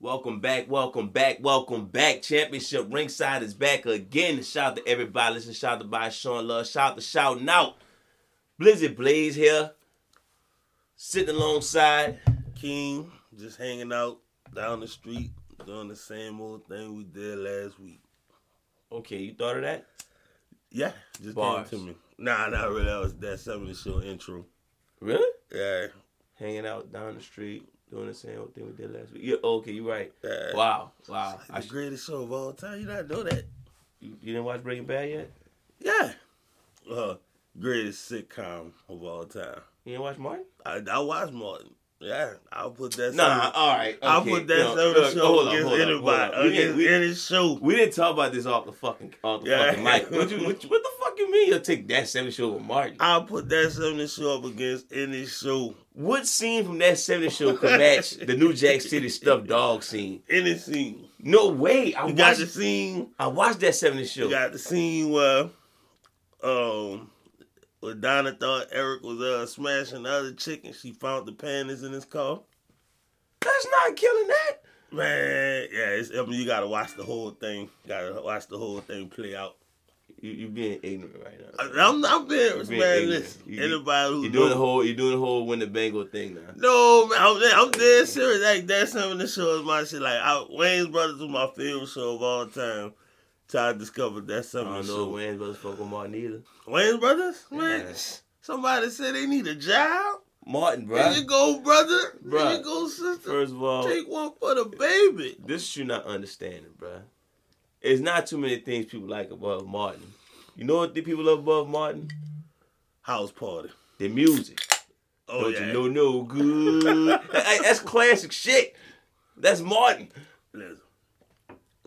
Welcome back, welcome back, welcome back. Championship ringside is back again. Shout out to everybody listening. Shout out to by Sean Love. Shout out to shouting out. Blizzard Blaze here, sitting alongside. King, just hanging out down the street, doing the same old thing we did last week. Okay, you thought of that? Yeah, just Bars. came to me. Nah, not really. That was that seven the show intro. Really? Yeah, Hanging out down the street, doing the same old thing we did last week. Yeah, okay, you're right. yeah. Wow, wow. It's I like the sh- greatest show of all time. You not know that? you you didn't watch Breaking Bad yet? Yeah. Uh, greatest sitcom of all time. You didn't watch Martin? I, I watch Martin. Yeah, I'll put that. Nah, all right. Okay. I'll put that no, seven look, show hold on, against hold on, hold anybody. on. We didn't- against we- any show. We didn't talk about this off the fucking off the Yeah. fucking mic. What, you, what, you- what the fuck you mean? You'll take that seventy show with Martin. I'll put that seven show up against any show. What scene from that seventy show could match the New Jack City stuffed dog scene? Any scene. No way. I You got the watched. scene. I watched that seventy show. You got the scene where um where Donna thought Eric was uh smashing the other chick and she found the panties in his car. That's not killing that. Man, yeah, it's, I mean, you gotta watch the whole thing. Gotta watch the whole thing play out. You, you being ignorant right now. I- I'm I'm being being man. ignorant. Listen, You- anybody who You doing the knows- whole. You doing the whole win the Bengal thing now. no, man, I'm, dead- I'm dead serious. Like that's something that shows my shit. Like I, Wayne's Brothers was my favorite show of all time. Till I discovered that's I something. don't know show. when it was fucking Martin either. Wayne's Brothers, man. Yeah. Somebody said they need a job. Martin, bro. There you go, brother. There Bruh. you go, sister. First of all, Take one for the baby. this you not understanding, bruh. It's not too many things people like above Martin. You know what the people love above Martin? House party. The music. Oh Don't yeah. you know no good? Hey, that's classic shit. That's Martin. Listen,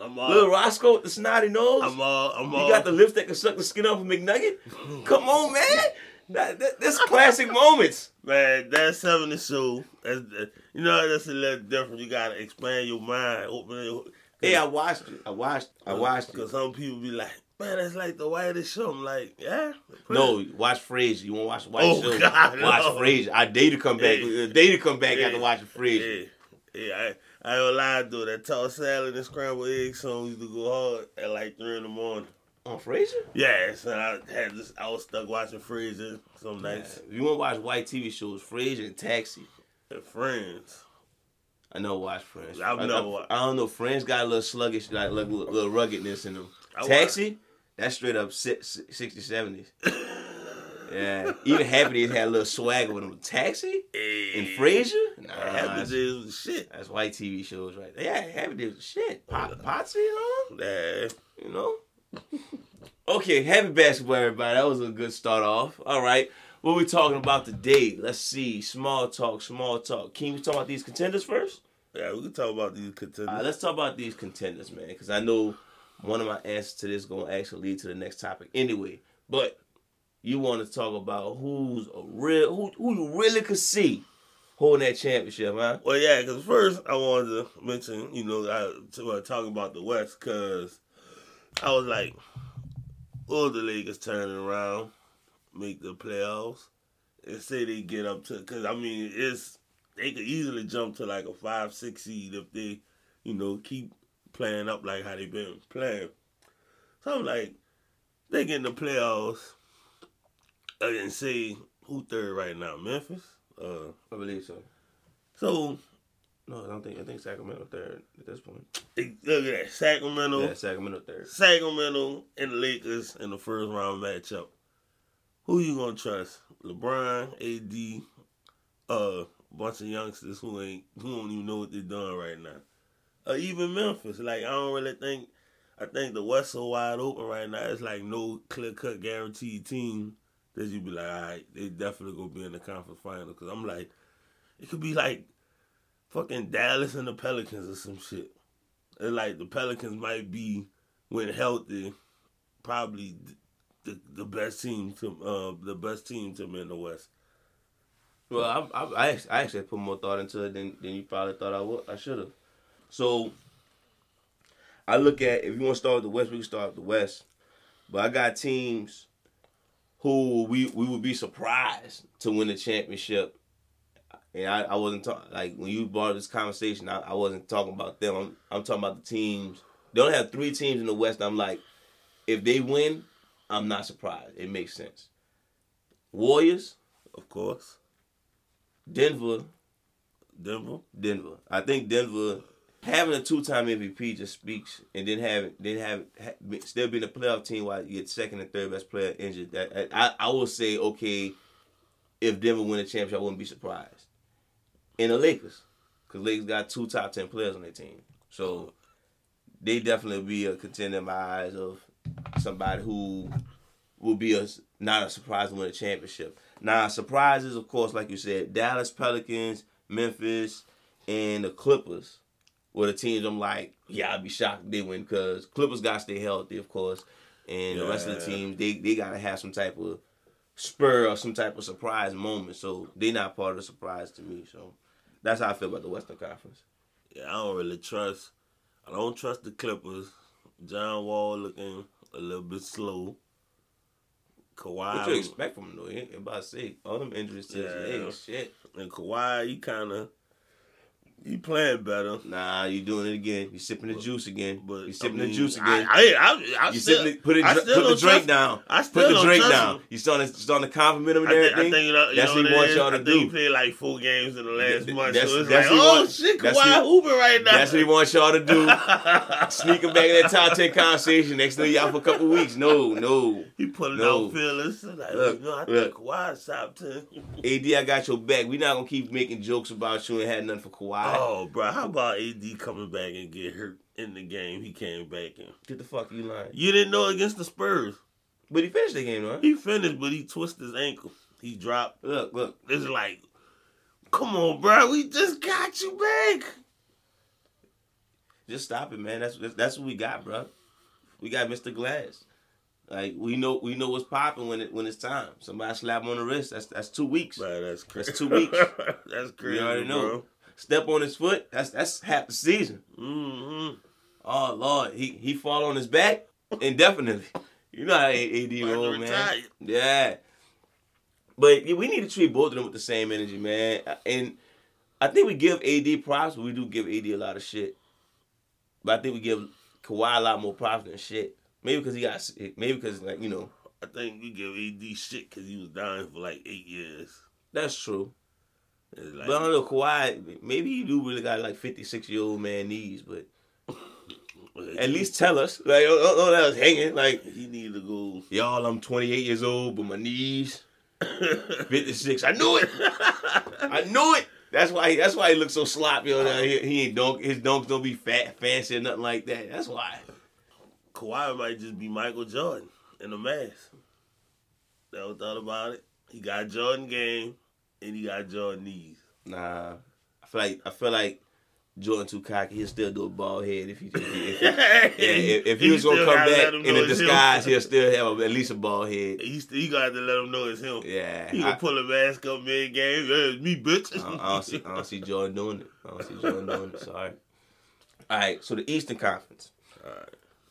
I'm Little all. Roscoe with the snotty nose. Uh, I'm all. I'm you all. got the lips that can suck the skin off a McNugget. Come on, man. That, that, that's classic moments. man. That's seven to show. That's that- you know that's a little different. You gotta expand your mind. Open it. 'Cause- Hey, I watched it. I watched. I watched it. Cause some people be like, man, that's like the whitest show. I'm like, yeah. No, watch Frasier. You want to watch White Oh, Show? God, watch no. Frasier. I dare to come back. Hey. I dare to come back Hey. after watching Frasier. Yeah. Yeah. I, I ain't lie though. That tossed salad and scrambled egg song used to go hard at like three in the morning. On Frasier? Yeah, so I had this. I was stuck watching Frasier some nights. Yeah. You want to watch white TV shows, Frasier and Taxi. and Friends. I know watch Friends. I've I, never I, watched- I don't know. Friends got a little sluggish, like like, little, little ruggedness in them. I watched- Taxi, that's straight up si- si- 60s, 70s. yeah. Even Happy Days had a little swagger with them. Taxi and Frasier? Ah, Nah, Happy that's, Days was shit. that's white TV shows right there. Yeah, Happy Days was shit. Pot, Potsy and all them. Nah. you know. okay, happy basketball, everybody. That was a good start off. All right, what we talking about today? Let's see. Small talk, small talk. Can we talk about these contenders first? Yeah, we can talk about these contenders. All right, let's talk about these contenders, man, because I know one of my answers to this going to actually lead to the next topic anyway. But you want to talk about who's a real, who, who you really could see holding that championship, huh? well, yeah, because first I wanted to mention, you know, I to, uh, talk about the West because I was like, will the Lakers turn it around, make the playoffs, and say they get up to? Because I mean, it's they could easily jump to like a five, six seed if they, you know, keep playing up like how they been playing. So I'm like, they get in the playoffs. I can say who third right now, Memphis. Uh, I believe so. so No, I don't think. I think Sacramento third at this point. They- Look at that. Sacramento. Yeah, Sacramento third. Sacramento and the Lakers in the first round matchup. Who you gonna trust? LeBron, AD, uh, bunch of youngsters who ain't who don't even know what they're doing right now. Or even Memphis. Like I don't really think I think the West so wide open right now. It's like no clear cut guaranteed team that you be like, all right, they definitely gonna be in the conference final. Cause I'm like, it could be like fucking Dallas and the Pelicans or some shit. And like the Pelicans might be when healthy, probably th- the the best team to uh the best team to me in the West. Well, I, I, I, actually, I actually put more thought into it than, than you probably thought I would. I should have. So, I look at if you want to start with the West, we can start with the West. But I got teams who we we would be surprised to win the championship And I, I wasn't talking like when you brought this conversation, I, I wasn't talking about them. I'm, I'm talking about the teams. They only have three teams in the West. I'm like, if they win, I'm not surprised. It makes sense. Warriors, of course. Denver, Denver. Denver. I think Denver having a two-time MVP just speaks, and then having then have ha, be- still being a playoff team while you get second and third best player injured. That I I would say okay, if Denver win a championship, I wouldn't be surprised. And the Lakers, because Lakers got two top ten players on their team, so they definitely be a contender in my eyes of somebody who will be a s- not a surprise to win a championship. Now surprises, of course, like you said, Dallas Pelicans, Memphis, and the Clippers were the teams I'm like, yeah, I'd be shocked if they win because Clippers got to stay healthy, of course, and the rest of the Yeah. teams they they gotta have some type of spur or some type of surprise moment. So they not part of the surprise to me. So that's how I feel about the Western Conference. Yeah, I don't really trust. I don't trust the Clippers. John Wall looking a little bit slow. What you Kawhi expect from them though? Yeah, about to say all them injuries to his Yeah. legs, shit. and Kawhi, he kind of he playing better. Nah, you doing it again. You sipping the But- juice again. But you sipping I mean, the juice again. I, I, I, I you still, sipping the, put, it, I dr- still put the don't drink trust- down. I still Put the don't drink trust down. him. You starting to, starting to compliment him I and think, I everything. think you know, you That's know what he wants is? y'all to I think he do. played like four games in the last Yeah, month, that's- so it's that's like, what he oh wants- shit, that's Kawhi what- hooping right now. That's what he wants y'all to do. Sneak Sneaking back in that top ten conversation. Next thing you out for a couple weeks. No, no. He pulling No. out feelers. Like, Look, no, I look. think Kawhi's top ten. AD, I got your back. We not gonna keep making jokes about you and had nothing for Kawhi. Oh, bro, how about AD coming back and get hurt in the game he came back in? Get the fuck you lying. You didn't know against the Spurs. But he finished the game, though. huh? He finished, but he twisted his ankle. He dropped. Look, look. It's like, come on, bro, we just got you back. Just stop it, man. That's that's, that's what we got, bro. We got Mr. Glass. Like we know we know what's popping when it when it's time. Somebody slap him on the wrist. That's that's two weeks. Bro, that's crazy. That's two weeks. that's crazy. You already know. bro. Step on his foot. That's that's half the season. Mm-hmm. Oh Lord, he he fall on his back indefinitely. You know how AD roll, man. Retired. Yeah, but we need to treat both of them with the same energy, man. And I think we give AD props, but we do give AD a lot of shit. But I think we give Kawhi a lot more props than shit. Maybe because he got, maybe because like you know, I think we give AD shit because he was dying for like eight years. that's true. It's like, But I don't know Kawhi. Maybe he do really got like fifty six year old man knees, but at least tell us like oh, oh, oh that was hanging like. he needed to go. Y'all, I'm 28 years old, but my knees 56. I knew it. I knew it. That's why. That's why he looks so sloppy on there. He, he ain't dunk. His dunks don't be fat, fancy, or nothing like that. That's why. Kawhi might just be Michael Jordan in a mask. Never thought about it. He got Jordan game and he got Jordan knees. Nah, I feel like I feel like Jordan too cocky. He'll still do a ball head if he. If he, if he yeah, if, if he was gonna still come gotta back let him in know a it's him. disguise, he'll still have at least a ball head. He, st- he got to let him know it's him. Yeah, He gonna I, pull a mask up mid game. Yeah, it's me, bitch. I, don't, I don't see. I don't see Jordan doing it. I don't see Jordan doing it. Sorry. All right. So the Eastern Conference. uh-uh. Alright.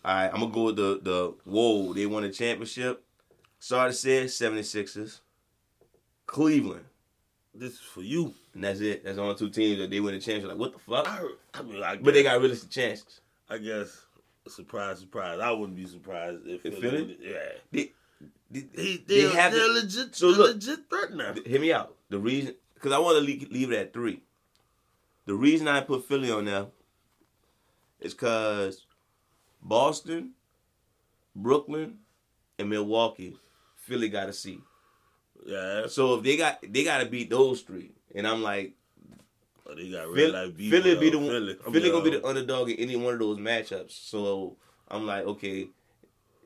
All right, I'm gonna go with the the whoa, they won a championship. Sorry to say, it, 76ers. Cleveland. This is for you. And that's it. That's the only two teams that they win a championship. Like, what the I, fuck? heard- I mean, I guess, But they got realistic chances. I guess surprise, surprise. I wouldn't be surprised if If Philly Philly? would- Yeah, They, they, they they, have have they're it. legit. So they're look- legit threat now. Hear me out. The reason, because I want to leave, leave it at three. The reason I put Philly on there is because Boston, Brooklyn, and Milwaukee, Philly got to see. Yeah, So if they got they got to beat those three, and I'm like, Oh, they got real Philly, life beef. Philly though. be the one, Philly, Philly, I mean, gonna be uh, the underdog in any one of those matchups. So I'm like, okay,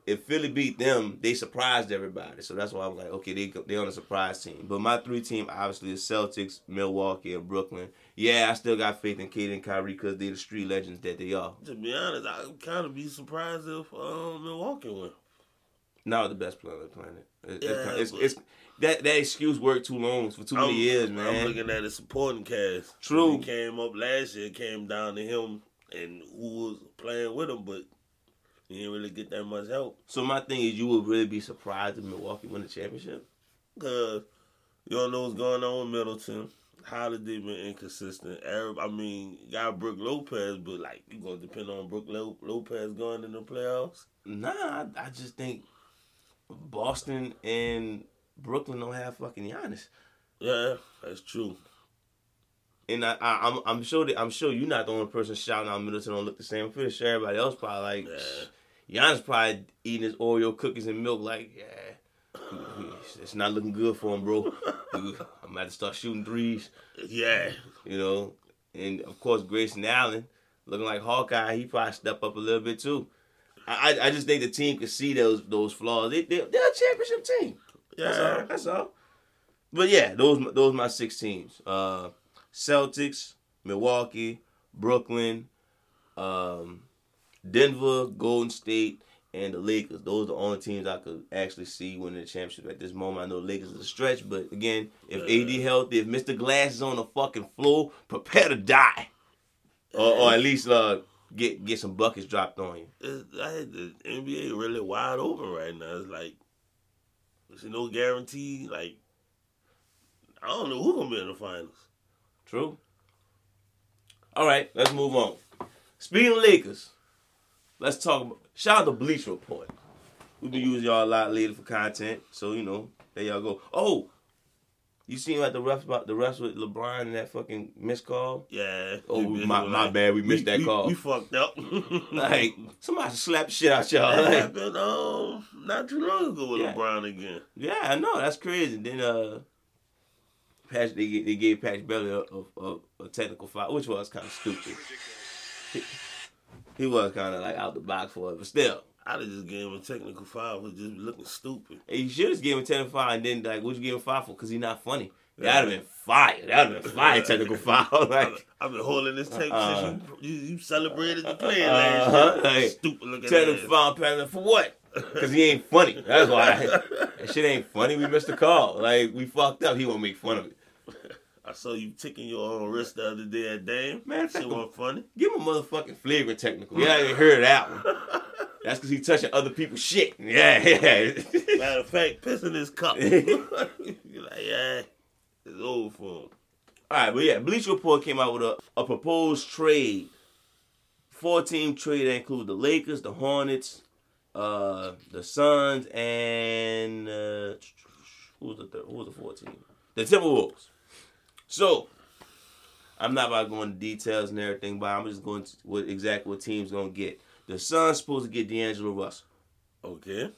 if Philly beat them, they surprised everybody. So that's why I'm like, okay, they they on a surprise team. But my three team obviously is Celtics, Milwaukee, and Brooklyn. Yeah, I still got faith in Kaden and Kyrie because they're the street legends that they are. To be honest, I would kind of be surprised if um, Milwaukee win. Now the best player on the planet. It- Yeah, it's- but- it's- that that excuse worked too long for too many I'm- years, I'm man. looking at his supporting cast. True. He came up last year, it came down to him and who was playing with him, but he didn't really get that much help So my thing is, you would really be surprised if Milwaukee win the championship. because you don't know what's going on with Middleton. How did they been inconsistent? Arab, I mean, got Brooke Lopez, but like you gonna depend on Brooke Lo- Lopez going in the playoffs? Nah, I, I just think Boston and Brooklyn don't have fucking Giannis. Yeah, that's true. And I, I I'm I'm sure that I'm sure you're not the only person shouting out Middleton don't look the same. I'm pretty sure everybody else probably like Giannis probably eating his Oreo cookies and milk like yeah. It's not looking good for him, bro. I'm about to start shooting threes, Yeah, you know. And of course, Grayson Allen looking like Hawkeye, he probably step up a little bit too. I I, I just think the team could see those those flaws. They, they they're a championship team. That's all. yeah. That's all. But yeah, those those my six teams: uh, Celtics, Milwaukee, Brooklyn, um, Denver, Golden State, and the Lakers. Those are the only teams I could actually see winning the championship at this moment. I know the Lakers is a stretch, but again, if AD healthy, if Mr. Glass is on the fucking floor, prepare to die, or, or at least uh, get get some buckets dropped on you. It's, like the NBA really wide open right now. It's like there's no guarantee. Like I don't know who gonna be in the finals. True. All right, let's move on. Speaking of Lakers, let's talk. About, shout out to Bleach Report. We've been using y'all a lot lately for content, so you know there y'all go. Oh, you seen like the refs about the refs with LeBron and that fucking missed call? Yeah. Oh, we- my- we- my bad, we missed that call. We, fucked up. Like somebody slapped the shit out y'all. that Like, happened um not too long ago with Yeah. LeBron again. yeah, I know that's crazy. Then uh, Patch they, ga- they gave Patch Belly a, a, a, a technical foul, which was kind of stupid. He was kind of like out the box for it, but still. I'd have just gave him a technical foul for just looking stupid. Hey, you should have gave him ten and five, and then like, what you give him five for? Cause he's not funny. That'd have been fire. That'd have been fire. Technical foul. I've, Like, I've been holding this tape since you, you you celebrated the play last uh-huh, year. like stupid looking ten and ass. five penalty for what? Cause he ain't funny. That's why that shit ain't funny. We missed the call. Like we fucked up. He won't make fun of it. I saw you ticking your own wrist the other day at Dame. Man, shit fuck wasn't funny. Give him a motherfucking flagrant technical. Yeah, I didn't hear that one. That's cause he touching other people's shit. Yeah, yeah. Matter of fact, pissing his cup. You're like, yeah, it's old for him. All right, but yeah, Bleacher Report came out with a, a proposed trade, four team trade that includes the Lakers, the Hornets, uh, the Suns, and uh, who's the third, who's the four team? The Timberwolves. So I'm not about to go into details and everything, but I'm just going to what exactly what teams gonna get. The Suns supposed to get D'Angelo Russell. Okay.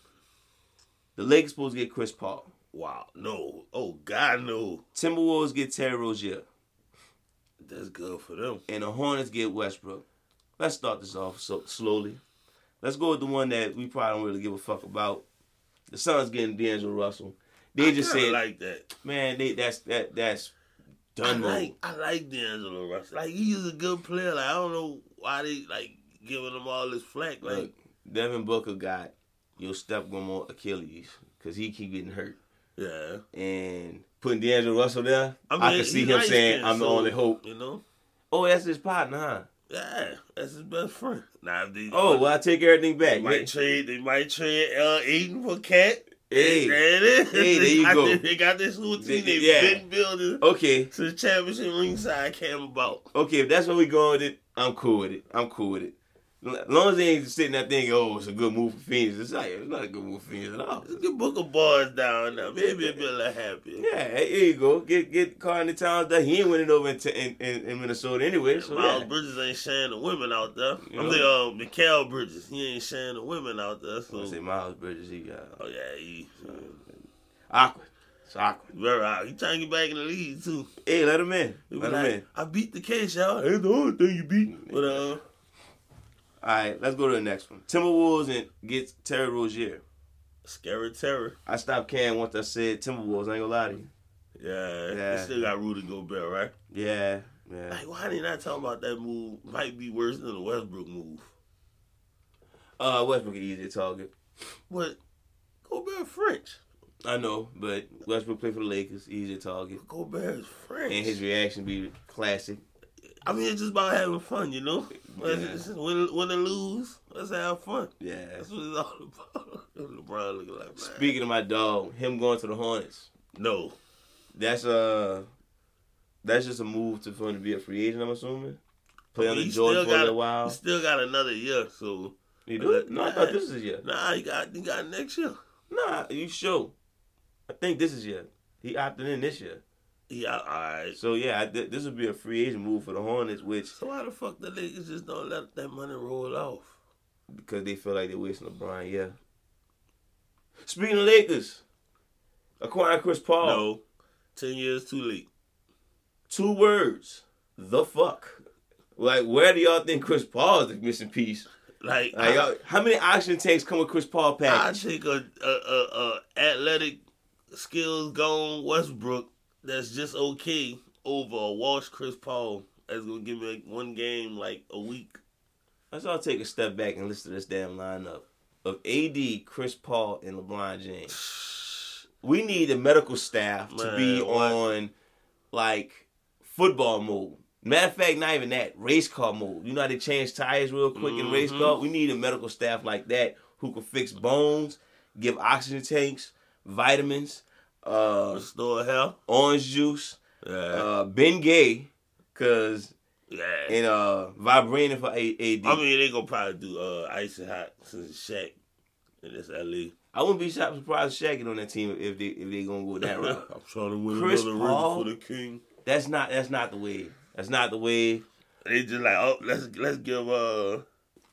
The Lakers supposed to get Chris Paul. Wow. No. Oh God, no. Timberwolves get Terry Rozier. That's good for them. and the Hornets get Westbrook. Let's start this off so slowly. Let's go with the one that we probably don't really give a fuck about. The Suns getting D'Angelo Russell. They I just kinda said, like that. man, they, that's that that's I done. like I like D'Angelo Russell. Like he's a good player. Like I don't know why they like giving him all this flack. Like Look, Devin Booker got your step more Achilles because he keep getting hurt yeah. and putting D'Angelo Russell there. I, mean, can see he him light saying, skinned, "I'm the so, only hope." You know. Oh, that's his partner, huh? Yeah, that's his best friend. Now if they Oh, well, I take everything they back. might trade they might trade L Aiden for Cat. Hey. there it is. Hey, there they you got go. This, they got this whole team they've Yeah. been building Okay, since championship ringside came about. okay, if that's where we going with it, I'm cool with it. I'm cool with it. As long as they ain't sitting there thinking, oh, it's a good move for Phoenix. It's not, it's not a good move for Phoenix at all. Let's get Booker Bars down now. Maybe it'll be a little happier. Yeah, there you go. Get get Carney Towns done. He ain't winning over in, in, in, in Minnesota anyway. So Miles yeah. Bridges ain't sharing the women out there. You I'm know? thinking uh, Mikael Bridges. He ain't sharing the women out there. I'm So, gonna say Miles Bridges. He got oh yeah, he awkward. It's awkward. very out. He trying to get back in the league too. Hey, let him in. He be Let him like, in. I beat the case, y'all. Ain't the only thing you beat. But uh, All right, let's go to the next one. Timberwolves and gets Terry Rozier. scary terror. I stopped caring once I said Timberwolves. I ain't gonna lie to you. Yeah, Yeah. they still got Rudy Gobert, right? Yeah, yeah. Like, why they not talking about that move? Might be worse than the Westbrook move. Uh, Westbrook an easy target. But Gobert French. I know, but Westbrook played for the Lakers, easy target, Gobert is French. and his reaction be classic. I mean, it's just about having fun, you know. Let's- Yeah. It's just win, win and lose. Let's have fun. Yeah. That's what it's all about. LeBron looking like man. Speaking of my dog, him going to the Hornets, No, that's uh That's just a move to for him to be a free agent. I'm assuming. Play I mean, under he George still for a got- little He while. still got another year, so You do it? No, I thought this was yet. nah, he got he got next year. Nah, you sure? I think this is yet. He opted in this year. Yeah, all right. So yeah, I, thi- this would be a free agent move for the Hornets, which So why the fuck the Lakers just don't let that money roll off? because they feel like they're wasting LeBron. Yeah. Speaking of Lakers, acquiring Chris Paul. No, ten years too late. Two words. The fuck. Like, where do y'all think Chris Paul is the missing piece? Like, Like, I, y'all, how many oxygen tanks come with Chris Paul I package? take a, a, a, a athletic skills gone Westbrook that's just okay over a Walsh Chris Paul that's gonna give me like one game like a week. Let's all take a step back and listen to this damn lineup of AD, Chris Paul, and LeBron James. We need the medical staff to be Man, what? on like football mode. Matter of fact, not even that race car mode. You know how they change tires real quick in race Mhm. car. We need a medical staff like that who can fix bones, give oxygen tanks, vitamins, uh, Restore health. orange juice, Yeah. uh, Ben Gay, cause yeah. and uh, vibrating for A- AD. I mean, they gonna probably do uh, ice and hot since it's Shaq and it's LA. I wouldn't be shocked surprised Shaq on that team if they if they gonna go that route. I'm trying to win Chris another Paul? ring for the king. That's not that's not the way. That's not the way. They just like, oh, let's let's give uh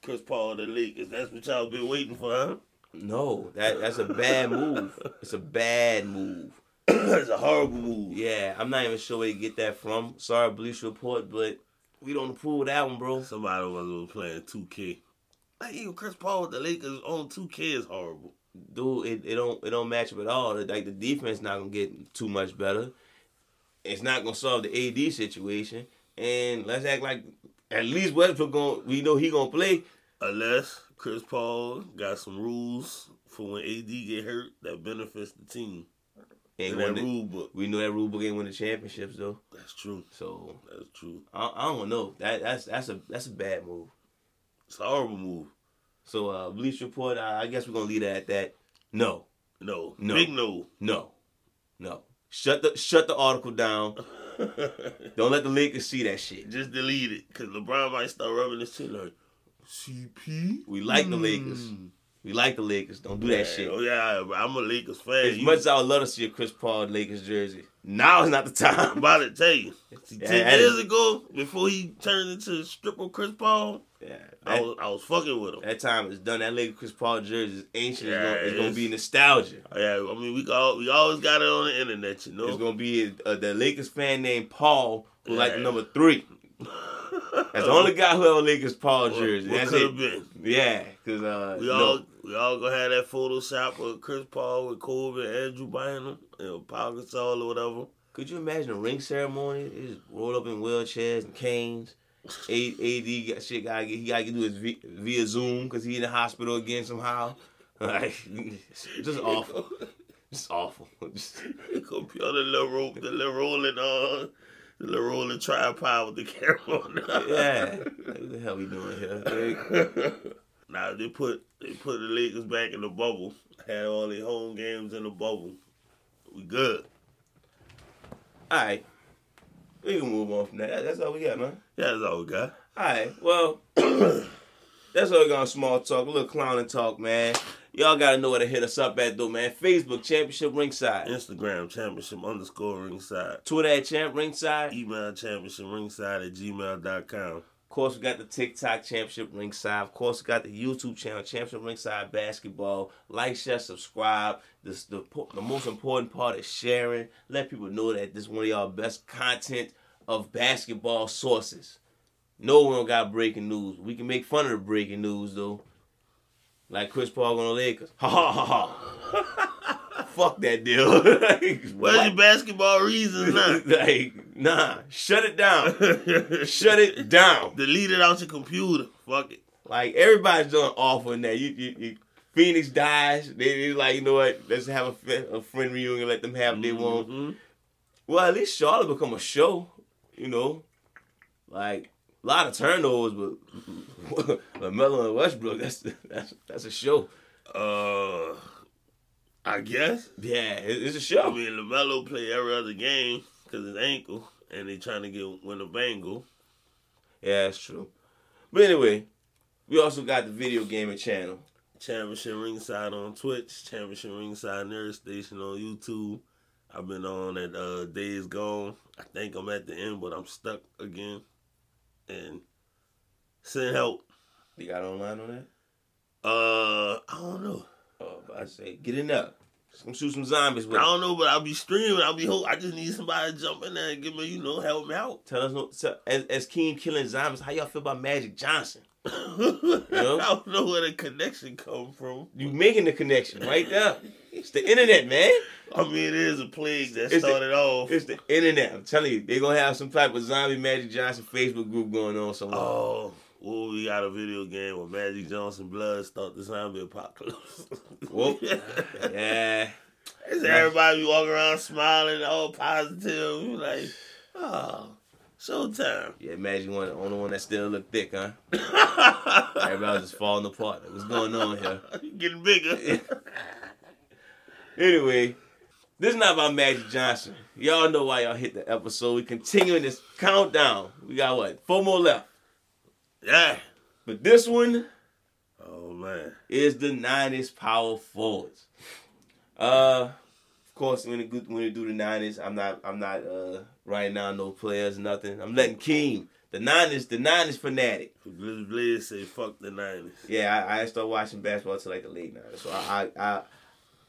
Chris Paul the league. Is that's what y'all been waiting for, huh? No, that that's a bad move. It's a bad move. that's a horrible move. Yeah, I'm not even sure where you get that from. Sorry, Bleach Report, but we don't approve that one, bro. Somebody was playing 2K. Like even Chris Paul with the Lakers on 2K is horrible. Dude, it, it don't it don't match up at all. Like the defense not gonna get too much better. It's not gonna solve the AD situation. And let's act like at least Westbrook going we know he gonna play. Unless Chris Paul got some rules for when AD get hurt that benefits the team. And In won that the- rule book. we know that rule book ain't win the championships though. That's true. So That's true. I, I don't know. That that's that's a that's a bad move. It's a horrible move. So uh Bleach Report, I, I guess we're gonna leave that at that. No, No. No. Big no. no, no. Shut the shut the article down. Don't let the Lakers see that shit. Just delete it. Cause LeBron might start rubbing his shit like CP. We like the Mm. Lakers. We like the Lakers. Don't do Yeah, that shit. Oh yeah, bro. I'm a Lakers fan. As You- much as I would love to see a Chris Paul Lakers jersey, now is not the I'm time. about to tell you. See, Yeah, Ten that years is- ago, before he turned into stripper Chris Paul, Yeah, I that, was I was fucking with him. that time is done. That Lakers Chris Paul jersey is ancient. Yeah, it's, gonna, it's it gonna is. be nostalgia. Oh, Yeah, I mean we all, we always got it on the internet, you It's know. gonna be uh, the Lakers fan named Paul who like the Yeah. Uh, number three. That's the only guy who ever Lakers Paul What- jersey. what That's coulda it. been. Yeah, cause uh, We no. all we all gonna have that Photoshop of Chris Paul with Kobe, and Andrew Bynum, and Paul Gasol or whatever. could you imagine a ring ceremony? They just roll up in wheelchairs and canes. A- AD got shit. Got he got to do his vi- via Zoom cause he in the hospital again somehow. Like, just awful. Just awful. Just- It gonna be on the little roll, the little rolling uh, the little rolling tripod with the camera on. yeah. Like, what the hell we doing here? Like, now they put they put the Lakers back in the bubble. Had all their home games in the bubble. We good. all right, we can move on from that. That's all we got, man. Yeah, that's all we got. Alright, well, that's all we got on small talk, a little clowning talk, man. Y'all gotta know where to hit us up at though, man. Facebook Championship Ringside. Instagram championship underscore ringside. Twitter at Champ Ringside. Of Email championship ringside at gmail.com. course, we got the TikTok Championship Ringside. Of course, we got the YouTube channel Championship Ringside Basketball. Like, share, subscribe. This the po- the most important part is sharing. Let people know that this is one of y'all best content of basketball sources. No, we don't got breaking news. We can make fun of the breaking news though. Like Chris Paul going to Lakers. Ha ha ha ha. Fuck that deal. like, Where's what? your basketball reasons now? like, nah, shut it down. Shut it down. Delete it out your computer. Fuck it. Like everybody's doing awful in that. You, you, you Phoenix dies. They, they like, you know what? Let's have a, f- a friend reunion. Let them have what they want. Mhm. Well, at least Charlotte become a show. You know, like a lot of turnovers, but Lamelo and Westbrook. That's that's that's a show. Uh, I guess. Yeah, it, it's a I show. mean, LaMelo play every other game because his ankle. and they trying to get win a Bengal. Yeah, that's true. But anyway, we also got the video gaming channel. Championship Ringside on Twitch, Championship Ringside Nerd Station on YouTube. I've been on at uh, Days Gone. I think I'm at the end, but I'm stuck again. And send help. You got online on that? Uh, I don't know. Oh, but I say get in there. Just gonna shoot some zombies I with. it. don't know, but I'll be streaming. I'll be. Ho- I just need somebody to jump in there and give me, you know, help me out. Tell us no. Tell, as as Keen killing zombies, how y'all feel about Magic Johnson? I don't know where the connection come from. You making the connection right there. It's the internet, man. I mean, it is a plague that It's the- started off. It's the internet. I'm telling you, they gonna have some type of zombie Magic Johnson Facebook group going on somewhere. Oh, well, we got a video game where Magic Johnson Blood start the zombie apocalypse. Whoop. It's Yeah. everybody walking around smiling, all positive. You like, oh, showtime. Yeah, Magic one the only one that still look thick, huh? Everybody was just falling apart. What's going on here? Getting bigger. Anyway, this is not about Magic Johnson. Y'all know why y'all hit the episode. We continuing this countdown. We got what? Four more left. yeah. But this one Oh man. is the 90s power forwards. Uh of course when it when it do the 90s, I'm not I'm not uh writing down no players, nothing. I'm letting Keem, the 90s, the 90s fanatic. Blizz Blizz say fuck the nineties. Yeah, I, I didn't start watching basketball till like the late 90s. So I I I,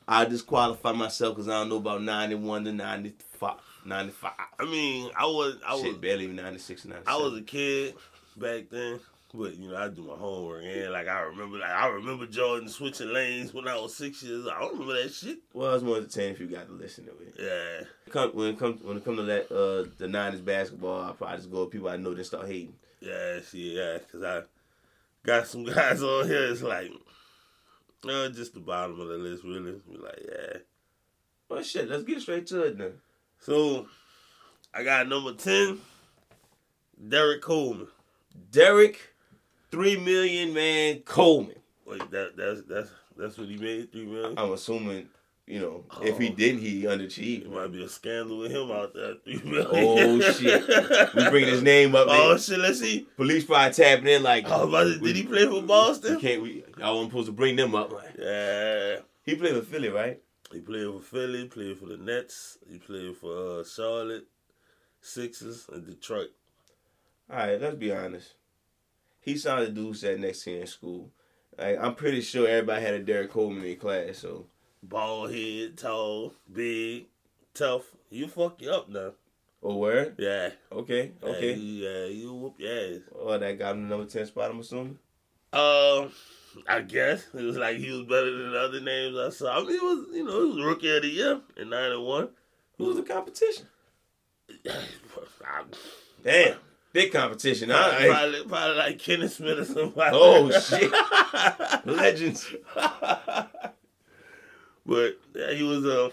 I disqualify myself because I don't know about 91 to 95. 95. I mean, I was I was Shit, barely even 96, 97. I was a kid back then, but you know I do my homework and like I remember like I remember Jordan switching lanes when I was six years. old. I don't remember that shit. well, it's more entertaining if you got to listen to it. Yeah. Come- When it comes when it comes to that uh, the 90s basketball, I probably just go with people I know that start hating. Yeah, see, yeah, because I got some guys on here. It's like, uh, just the bottom of the list, really. Be like, yeah. Well, shit, let's get straight to it then. So, I got number 10, Derek Coleman. Derek, three million man Coleman. Wait, that, that's that's that's what he made, 3 million? I'm assuming, you know, if Oh. he didn't, Oh, he It underachieved. might be a scandal with him out there, 3 million. Oh shit, we bringing his name up. Oh, man. shit, let's see. Police probably tapping in like, I was about to- we- did he play for We Boston? can't. We, y'all weren't supposed to bring them up. Yeah. He played for Philly, right? He played for Philly, played for the Nets, he played for uh, Charlotte, Sixers, and Detroit. All right, let's be honest. He sounded dude sat next to him in school. Like, I'm pretty sure everybody had a Derek Coleman in class. So bald head, tall, big, tough. You fuck you up now. oh, where? Yeah. Okay, Yeah, okay. you, yeah, you whoop your ass. Oh, that got him the number ten spot. I'm assuming. Um, I guess it was like he was better than the other names I saw. I mean, it was you know he was rookie of the year in '91. Who was the competition? Damn. Damn, big competition. All Probably, right. probably, probably like Kenny Smith or somebody. Oh, shit. shit! Legends. but yeah, he was a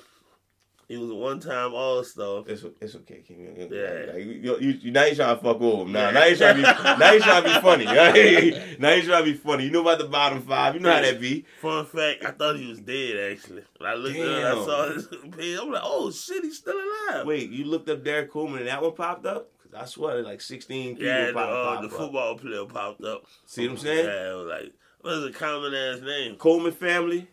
he was a one time All Star. It's, it's okay, Kim. Yeah. Like, you, you, you- now you trying to fuck over him. Now, Yeah. now you trying to be, now you trying to be funny. right? now you trying to be funny. You know about the bottom five. You know how that be. Fun fact, I thought he was dead actually. When I looked at it, I Damn. saw his page. I'm like, oh shit, he's still alive. Wait, you looked up Derek Coleman and that one popped up? Cause I swear, like sixteen people yeah, the, popped, uh, popped the up. football player popped up. See what I'm saying? Yeah, it was like, what is a common ass name? Coleman family,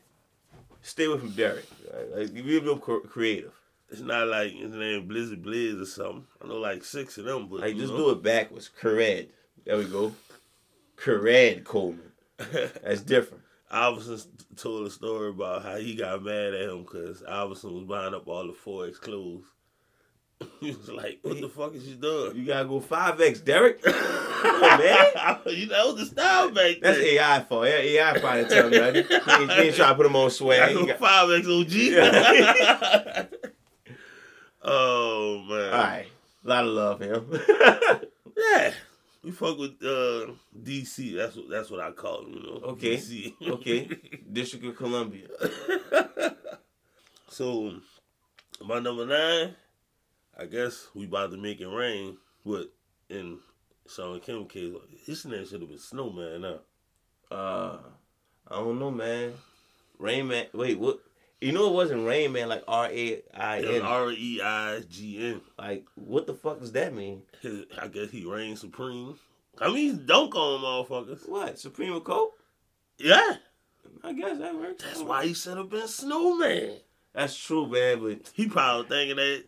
stay away from Derek. Right? Like, be a little cr- creative. It's not like his name Blizzard Blizz or something. I know like six of them, but Like, just do it backwards. Corred. There we go. Corred Coleman. it. That's different. Iverson told a story about how he got mad at him because Iverson was buying up all the forex clothes. he was like, "What the fuck is you doing?" You gotta go five X, Derek. man. you know that was the style back then. That's AI fault. Yeah, AI probably tell me that. He ain't, he ain't trying to put him on swag. He got- five X Yeah. OG. oh man! All right, a lot of love him. yeah. We fuck with uh, DC. That's what that's what I call him. You know. Okay. DC. okay, District of Columbia. so my number nine, I guess we about to make it rain. But in Sean Kim case, his name should have been Snowman. Huh? Uh, I don't know, man. Rain Man. Wait, what? You know it wasn't Rain Man like R A I N. R E I G N. Like what the fuck does that mean? His- I guess he reigns supreme. I mean, he's dunk on motherfuckers. What Supreme Court? Yeah, I guess that works. that's why he should have been Snowman. That's true, man. But He probably thinking that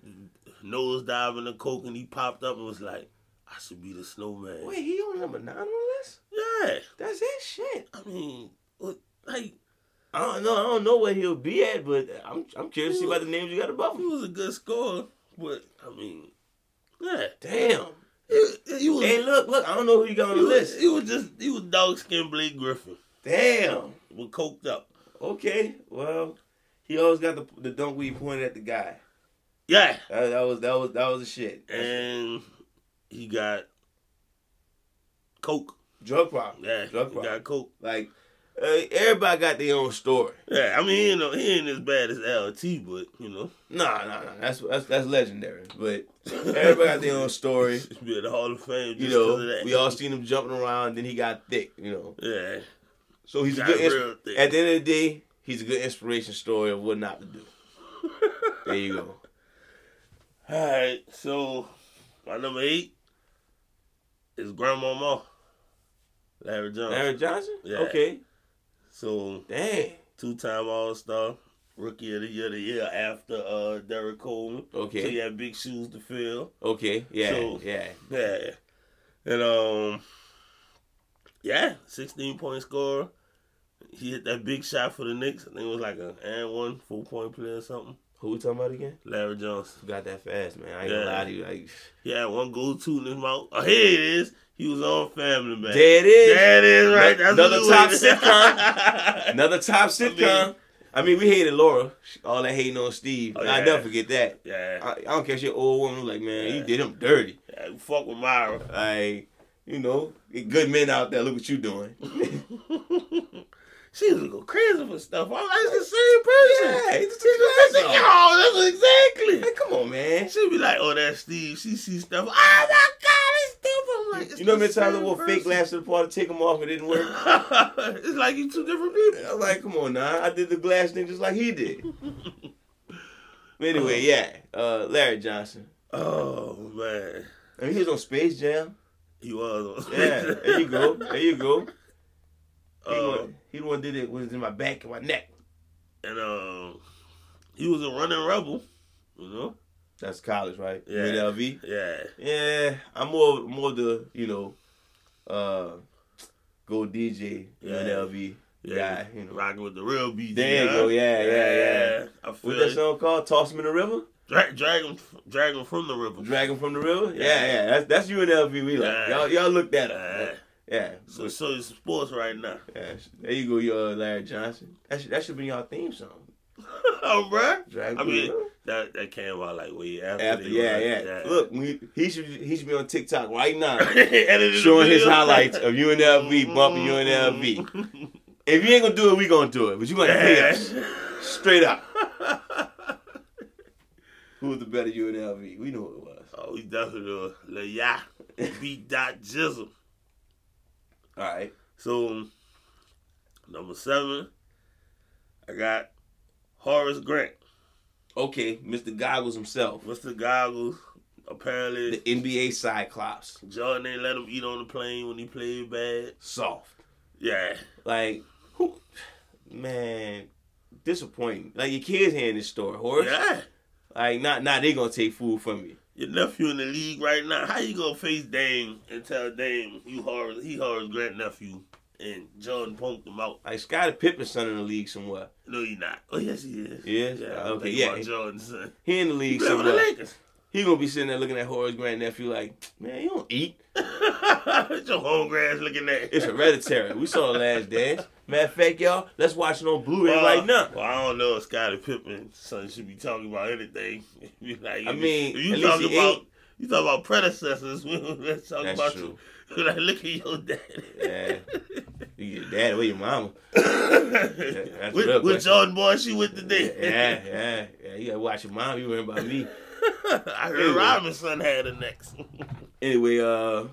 nose diving the coke, and he popped up and was like, "I should be the Snowman." wait, he on number nine on the list? Yeah, That's his shit. I mean, what, like I don't know. I don't know where he'll be at, but I'm I'm curious to see about the names you got above he him. was a good scorer, but I mean, yeah, Damn. he, he was. Hey, look, look. I don't know who you got on he the was, list. he was just he was dog skinned Blake Griffin, Damn. was coked up. Okay. Well, he always got the the dunk weed pointed at the guy. Yeah, That, that was that was that was the shit. That's and he got coke. drug problem. Yeah, Drug he problem. got coke. Like uh, everybody got their own story. Yeah, I mean, you know, he ain't as bad as LT, but you know, Nah, nah, nah. That's that's that's legendary. But everybody got their own story. should be at the Hall of Fame. Just You 'cause of know, that. we all seen him jumping around. Then he got thick. You know, Yeah, so he's a got good. ins- real thick. At the end of the day, he's a good inspiration story of what not to do. there you go. All right, so my number eight is Grandma Ma, Larry Johnson. Larry Johnson. Oh. Yeah. Okay. So Dang. two-time All-Star, Rookie of the Year the year after uh Derek Coleman. So he Okay. had big shoes to fill. Okay. Yeah. So- yeah. Yeah, and um, yeah, sixteen-point scorer. He hit that big shot for the Knicks. I think it was like a and one four-point play or something. Who we talking about again? Larry Johnson. You got that fast, man. I ain't Yeah. gonna lie to you. Like, He had one go-to in his mouth. Oh, here it is. He was on Family Man. there it is. There it is, right? That's Another what it top was. Another top sitcom. I mean, we hated Laura. All that hating on Steve. Oh, I yeah. never forget that. yeah, I, I don't care. She an old woman. I'm like, man, you Yeah. did him dirty. yeah, fuck with Myra. Like, you know, good men out there. Look what you doing. she was going crazy for stuff. I'm like, it's the same person. Yeah, it's the It's same the- person. Yo, that's exactly. Like, come on, man. She'd be like, oh, that's Steve. She sees stuff. Oh, my God, it's Steve. I'm like, it's you know how the many times I same wore fake person. laughs to the party, take them off, it didn't work. it's like you two different people. I was like, come on, nah. I did the glass thing just like he did. But anyway, Uh-huh. yeah, uh, Larry Johnson. Oh, man. I mean, he was on Space Jam. He was. Yeah, there you go, there you go. He, the Uh, one- he the one did it was in my back and my neck. and um, he was a running rebel, you know. That's college, right? Yeah. With LV. Yeah, Yeah, I'm more more the you know, uh, go DJ Yeah. UNLV guy. You know, rocking with the real BG. There you go, yeah, yeah, I what that feel it. song called? Toss him in the river, Dra- drag him, drag him from the river. drag him from the river. Yeah, Yeah. yeah, that's that's UNLV. We like Yeah. y'all y'all look that Yeah. up. Yeah, So, so it's sports right now. yeah. There you go, you uh, Larry Johnson. That should that should be y'all theme song. oh, bruh. Drag I him mean, from the river. that that came out like way after. after they yeah, were- yeah Look, we, he should he should be on TikTok right now. Edited the Showing his video. highlights of UNLV bumping UNLV. Mm. If you ain't gonna do it, we gonna do it. But you gonna pay us straight up. Yeah. Who was the better UNLV? We know who it was. oh, we definitely do it. Le Ya, B. Dot Jizzle. All right. So, number seven, I got Horace Grant, Okay, Mr. Goggles himself, Mr. Goggles. the Apparently, NBA Cyclops, Jordan ain't let him eat on the plane when he played bad. soft. Yeah, Like, who? Man, disappointing. Like your kids hearing this story, Horace. yeah. Like, not not they gonna take food from you. Your nephew in the league right now. How you gonna face Dame and tell Dame you Horace, he Horace Grant nephew, and Jordan punked him out? Like Scottie Pippen's son in the league somewhere. No, he not. Oh yes, he is. He is? Yeah. Okay, Okay. yeah. Yeah. Jordan's son. He in the He league play for the somewhere. Lakers. He gonna be sitting there looking at Horace Grant nephew like, man, you don't eat. it's your hungry ass looking at. It's hereditary. we saw the last dance. Matter of fact, y'all, let's watch it on Blu-ray Well, right now. Well, I don't know if Scottie Pippen son should be talking about anything. Be like, I mean, if you at least talk he about you talk about predecessors. we don't- Let's talk That's about true. you. Like, look at your daddy. Yeah. You Your dad, where your mama? that's a real with, question. with John Boy, she with Yeah, today. yeah, yeah. You gotta watch your mom. You worry about me. I heard Anyway. Robinson had the next. Anyway, uh,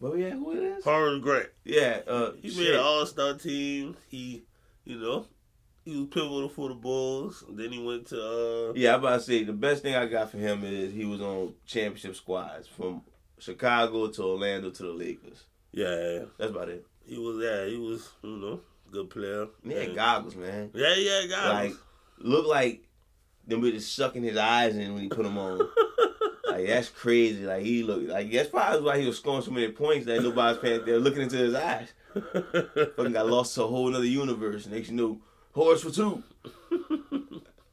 but yeah, who it is? Horace Grant. Yeah, uh, He made shit. an All Star team. He, you know, He was pivotal for the Bulls. Then he went to uh, Yeah, I'm about to say the best thing I got for him is he was on championship squads from Chicago to Orlando to the Lakers. yeah. That's about it. He was yeah. He was you know good player. And he had And- goggles, man. yeah, yeah, guys. Like look like them bitches sucking his eyes in when he put them on. like that's crazy. Like he looked like that's probably why he was scoring so many points that nobody's paying. They're looking into his eyes. Fucking got lost to a whole other universe. Next you know, Horace for two.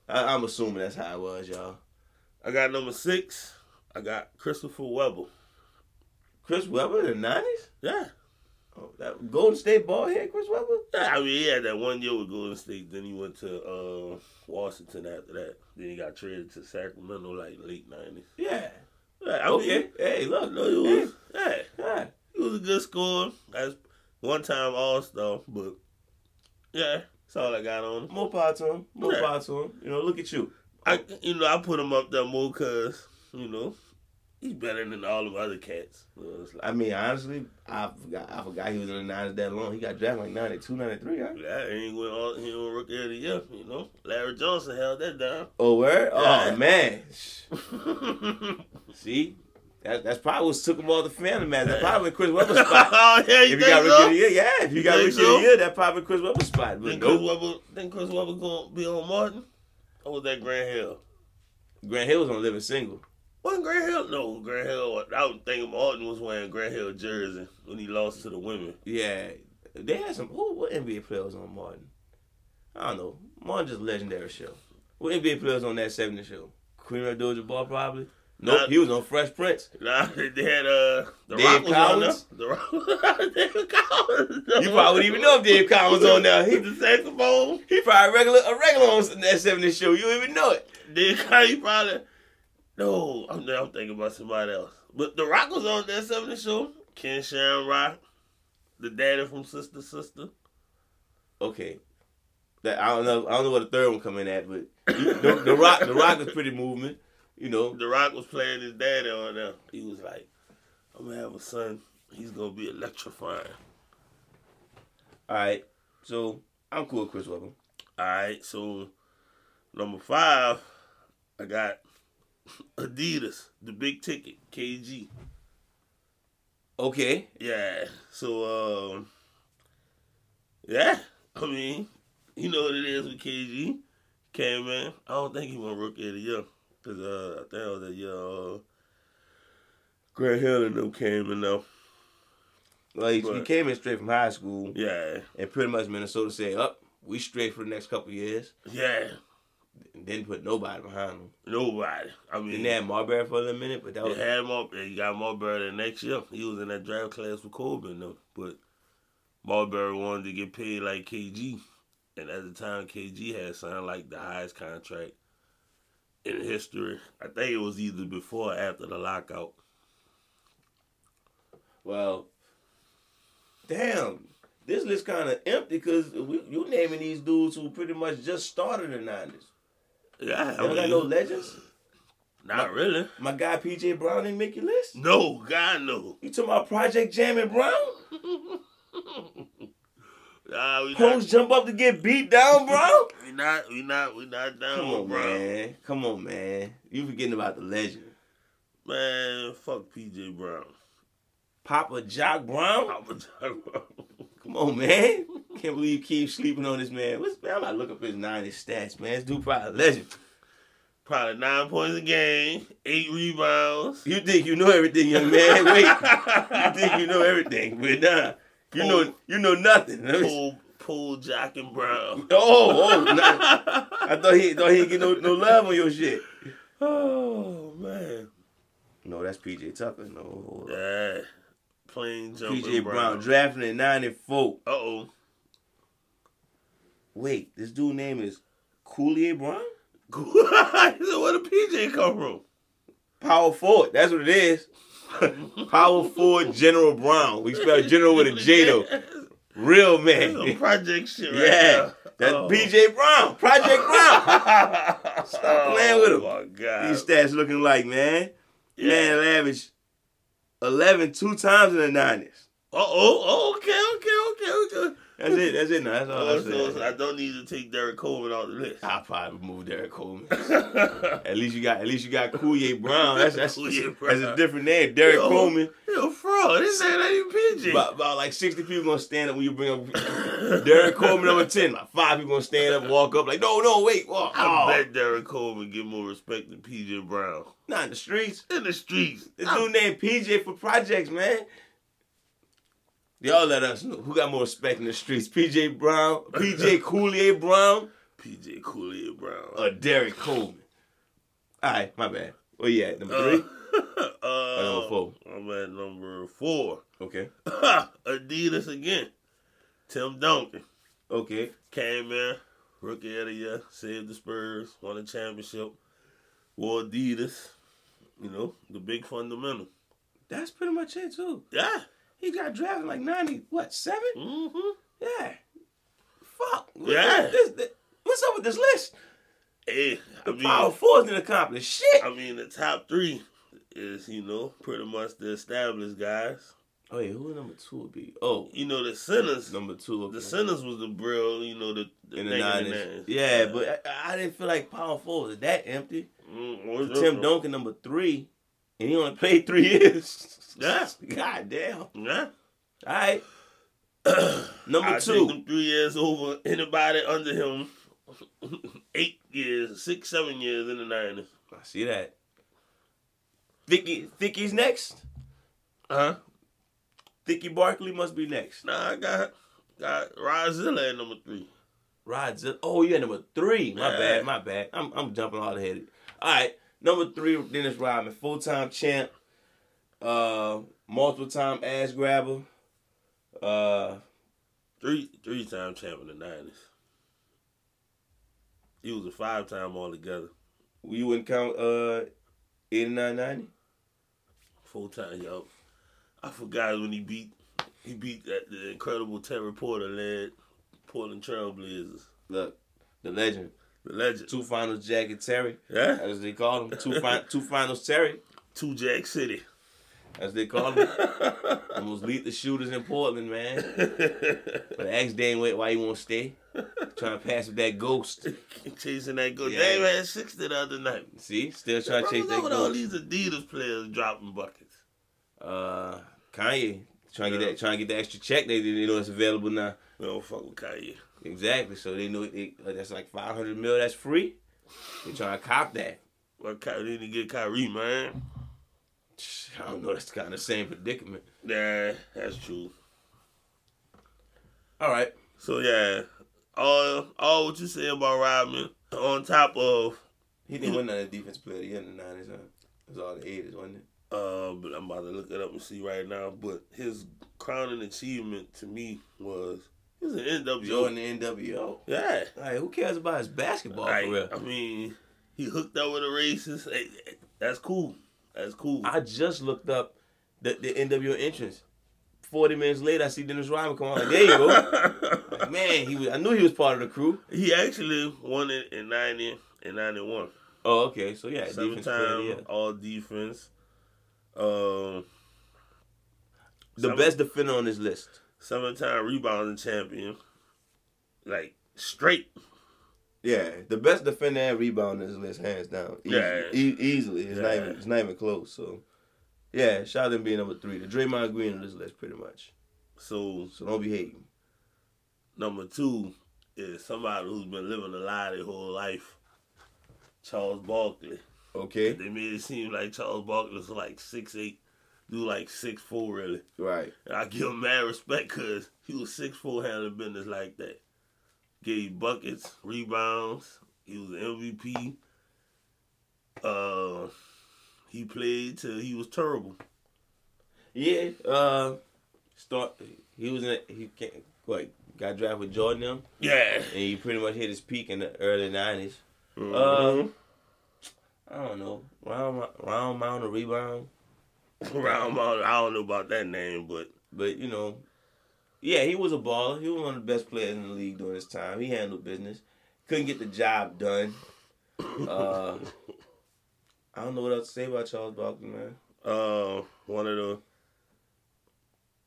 I, I'm assuming that's how it was, y'all. I got number six. I got Christopher Webber. Chris Webber in the nineties. Yeah. Oh, that Golden State ball head, Chris Webber. Yeah, I mean, he had that one year with Golden State. Then he went to uh, Washington after that. Then he got traded to Sacramento like late nineties. Yeah. Yeah, I Okay. mean, Hey, look, no, he was. Hey, Yeah, God. he was a good scorer. That's one time All Star, but yeah, that's all I got on him. More power to him. More Yeah. power to him. You know, look at you. I, you know, I put him up there more because you know he's better than all of other cats. You know, it's like, I mean, honestly, I forgot. I forgot he was in the nineties that long. He got drafted like 92, 93, huh? yeah, he ain't win all he don't rookie of the year. You know, Larry Johnson held that down. Oh, where? Yeah. Oh man. See, that, that's probably what took him off the phantom man. That probably Chris Webber's spot. oh yeah, If you you think got rookie so? of the year, yeah. If you got think rookie of so? the year, that probably Chris Webber's spot. But Then Chris nope. Webber, then Chris Webber gonna be on Martin, or was that Grant Hill? Grant Hill was on living single. Wasn't Grant Hill? No, Grant Hill. I was thinking Martin was wearing Grant Hill jersey when he lost to the women. Yeah, they had some. Who what NBA player was on Martin? I don't know. Martin just legendary show. What NBA player was on that seventy show? Queen Abdul Jabbar probably. Nope, Nah. he was on Fresh Prince. Nah, they had uh, the Dave Rock was Collins? on there. The Rock, Dave Collins. You probably wouldn't even know if Dave Collins was on there. He He, the saxophone. he probably regular a regular on that seventy show. You don't even know it. Dave Collins. He probably. No, I'm, I'm thinking about somebody else. But the Rock was on that seventy show. Ken Sharon Rock, the daddy from Sister Sister. Okay, that I don't know. I don't know where the third one come in at, but the, the Rock, the Rock was pretty movement. You know, The Rock was playing his daddy on there. He was like, I'm gonna have a son. He's gonna be electrifying. all right. So I'm cool with Chris Webber. Alright, so number five, I got Adidas, the big ticket, KG. Okay, Yeah. So um Yeah, I mean, you know what it is with KG. Came in. I don't think he won rookie of the year. Cause uh I think it was that year uh Grant Hill and them came in though. well he, he Right. came in straight from high school. Yeah. and pretty much Minnesota said, "Up, we straight for the next couple of years," Yeah. and didn't put nobody behind them. Nobody. I mean, Then they had Marbury for a little minute, but that They was had Marbury. He got Marbury the next year. He was in that draft class with Corbin though, but Marbury wanted to get paid like KG, and at the time KG had signed like the highest contract in history. I think it was either before or after the lockout. well. Damn, this list kind of empty because you naming these dudes who pretty much just started the nineties. Yeah, They I don't got no mean, legends. not really. My guy PJ Brown didn't make your list. No, God no. You talking about Project Jam and Brown? Nah, we not, Post jump up to get beat down, Brown? we not, we not, we not down Come with on, Brown. Man. man. Come on, man. You forgetting about the legend, fuck PJ Brown. Papa Jock Brown? I'm a Brown. Come on, man. Can't believe you keep sleeping on this man. What's man? I'm about to look up his 90 stats, man. This dude probably a legend. Probably nine points a game, eight rebounds. You think you know everything, young man. Wait. You think you know everything, but nah. You know you know nothing. Let me see. Pull, pull, Jock and Brown. Oh, oh, nah. I thought he thought he get no, no love on your shit. Oh man, No, that's PJ Tucker. No. hold on. yeah, plain jumping. PJ Brown Brown. drafted in 94. Uh oh, Wait, this dude name is Coolier Brown? where did PJ come from? Power forward. That's what it is. Power forward General Brown. We spell General with a J though. Real That's some man. project shit right Yeah. there. That's Oh. PJ Brown. Project Brown. Stop playing with him. Oh my god. These stats looking like, man. Yeah. Man lavish 11 two times in the 90s. Uh oh. Okay. Okay. Okay. Okay. That's it. That's it. Ah. Now. That's all I'm Also, Oh, I saying. don't need to take Derek Coleman off the list. I probably move Derek Coleman. At least you got at least you got Kouye Brown. That's that's, Kouye that's a Brown. different name. Derek Yo. Coleman. Yo, fraud. This ain't even pigeon. About, about like sixty people gonna stand up when you bring up Derek Coleman number ten. Like five people gonna stand up, walk up, like no, no, wait, walk. I Oh, bet Derek Coleman get more respect than PJ Brown not in the streets. in the streets. This I- dude named PJ for projects, man. Y'all let us know who got more respect in the streets: PJ Brown, PJ Coolier Brown, PJ Cooley Brown. or Derek Uh, Coleman. All right, my bad. Where you at? Number Uh, three. uh, number four. I'm at number four. Okay. Adidas again. Tim Duncan Okay. came in, rookie of the year, saved the Spurs, won a championship, wore Adidas. You know, the big fundamental. That's pretty much it too. Yeah. He got drafted like ninety what seven? Mm-hmm. Yeah. Fuck. Yeah. This- this- what's up with this list? Hey, I The mean, power fours didn't accomplish shit. I mean, the top three is you know pretty much the established guys. Oh yeah, who number two would be? Oh, You know, the centers. number two. okay. The centers was the brill. You know, the, the in the negative nineties. nines. Yeah, but I, I didn't feel like power four was that empty. Mm, or Tim Duncan number three, and he only played three years. Yeah. God damn. All Yeah. right. Number I two. take him three years over anybody under him. Eight years, six, seven years in the nineties. I see that. Vicky, Vicky's next. Huh? Vicky Barkley must be next. Nah, I got got Rozilla at number three. Rod's oh yeah, number three. My Yeah. bad, my bad. I'm I'm jumping all ahead. All right, number three, Dennis Rodman, full time champ, uh, multiple time ass grabber, uh, Three three time champ in the nineties. He was a five time altogether. you wouldn't count uh, eighty nine ninety. Full time, yo. I forgot when he beat he beat that the incredible Terry Porter led Portland Trailblazers. Look, the legend, The legend. two finals jacket Terry, Yeah? as they call him, two fin- two finals Terry, Two Jack City. as they call him. the most lethal shooters in Portland, man. But ask Dan White why he won't stay. Trying to pass with that ghost. Chasing that good. Yeah. They had sixty the other night. See, still trying to Bro, chase that look at all ghost. these Adidas players dropping buckets. Uh, Kanye trying to get Yeah. that, trying to get the extra check. They they know it's available now. We don't fuck with Kanye. Exactly. So they know it, uh, that's like five hundred mil. That's free. They trying to cop that. Well, Kyrie they need to get Kyrie, man. I don't know. That's kind of the same predicament. Nah, that's true. All right. So yeah, all all what you say about Rodman on top of He didn't win none of the defense player of the year in the nineties. Huh? It was all the eighties, wasn't it? Uh, but I'm about to look it up and see right now. But his crowning achievement to me was he was an NWO. Joe in the NWO. All Yeah, right. Who cares about his basketball Like, career? I mean, he hooked up with a racist. Hey, that's cool. That's cool. I just looked up the, the NWO entrance. Forty minutes later, I see Dennis Rodman come on. Like, there you go, man. He was, I knew he was part of the crew. he actually won it in ninety and ninety one. Oh, okay. So yeah, Seven defense player of the time year. all defense. Um, the Seven- best defender on this list. seven time rebounding champion. Like straight. Yeah, the best defender and rebound on this list, hands down. Easily, Yeah. e- easily. It's not even Yeah. it's not even close. So yeah, shout out to him being number three. The Draymond Green on this list, pretty much. So So don't be hating. Number two is somebody who's been living a lie their whole life. Charles Barkley. Okay, They made it seem like Charles Barkley was like six eight, do like six four really. right. And I give him mad respect because he was six four handling business like that. Gave you buckets, rebounds. He was an MVP. Uh, he played till he was terrible. Yeah. Uh, start. He was in. A, he can't, like got drafted with Jordan. Them. Yeah. and he pretty much hit his peak in the early nineties. Uh, Mm-hmm. Um, Mhm. I don't know, round round mound or rebound, Round Mountain, I don't know about that name, but but you know, yeah, he was a baller. He was one of the best players in the league during his time. He handled business, couldn't get the job done. Uh, I don't know what else to say about Charles Barkley, man. uh, one of the